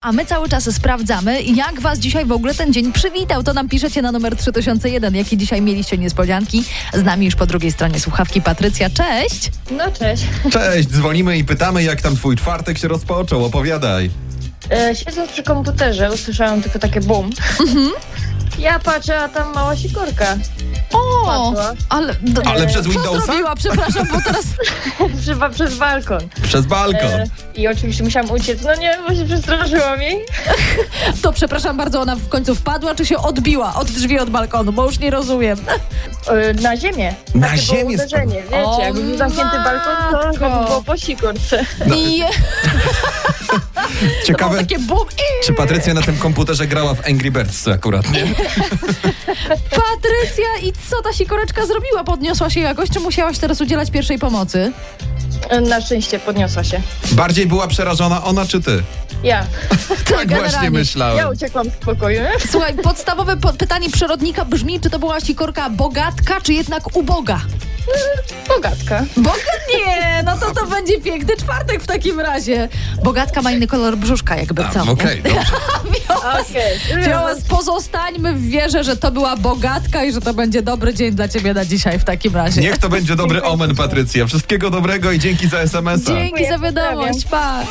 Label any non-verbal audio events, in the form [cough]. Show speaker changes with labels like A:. A: A my cały czas sprawdzamy, jak was dzisiaj w ogóle ten dzień przywitał. To nam piszecie na numer 3001, jakie dzisiaj mieliście niespodzianki. Z nami już po drugiej stronie słuchawki Patrycja. Cześć!
B: No cześć.
C: Cześć, dzwonimy i pytamy, jak tam twój czwartek się rozpoczął. Opowiadaj.
B: E, siedząc przy komputerze usłyszałam tylko takie bum.
C: Mhm.
B: [laughs] Ja patrzę, a tam mała sikorka [laughs]
A: O!
B: Padła.
A: Ale, d-
C: Ale przez
A: co
C: Windowsa?
A: zrobiła? Przepraszam, bo teraz... [laughs]
B: Przy- przez balkon.
C: Przez balkon.
B: E, I oczywiście musiałam uciec. No nie, bo się przestraszyłam jej.
A: To przepraszam bardzo, ona w końcu wpadła, czy się odbiła od drzwi, od balkonu, bo już nie rozumiem.
B: E, na ziemię.
C: Na
B: Takie
C: ziemię
B: było uderzenie, wiecie,
A: O,
B: jakby był zamknięty balkon, to chyba by było po sikorce.
A: I to było
C: No, Ciekawe,
A: takie bum i...
C: czy Patrycja na tym komputerze grała w Angry Birds akurat, nie?
A: Patrycja, i co ta sikoreczka zrobiła? Podniosła się jakoś, czy musiałaś teraz udzielać pierwszej pomocy?
B: E, na szczęście podniosła się.
C: Bardziej była przerażona ona czy ty?
B: Ja.
C: [laughs] Tak właśnie
A: generalnie.
B: Ja
C: myślałem.
B: uciekłam z pokoju. [laughs]
A: Słuchaj, podstawowe po- pytanie przyrodnika brzmi, czy to była sikorka bogatka, czy jednak uboga?
B: Bogatka.
A: Bogat nie, no to to będzie piękny czwartek w takim razie. Bogatka ma inny kolor brzuszka, jakby
C: A,
A: co. nie?
C: Tak, Okej, dobrze.
B: Okej.
A: Więc pozostańmy w wierze, że to była bogatka i że to będzie dobry dzień dla ciebie na dzisiaj w takim razie.
C: Niech to będzie dobry omen, Patrycja. Wszystkiego dobrego i dzięki za SMS-a.
A: Dzięki za
B: Dziękuję,
A: wiadomość, pa!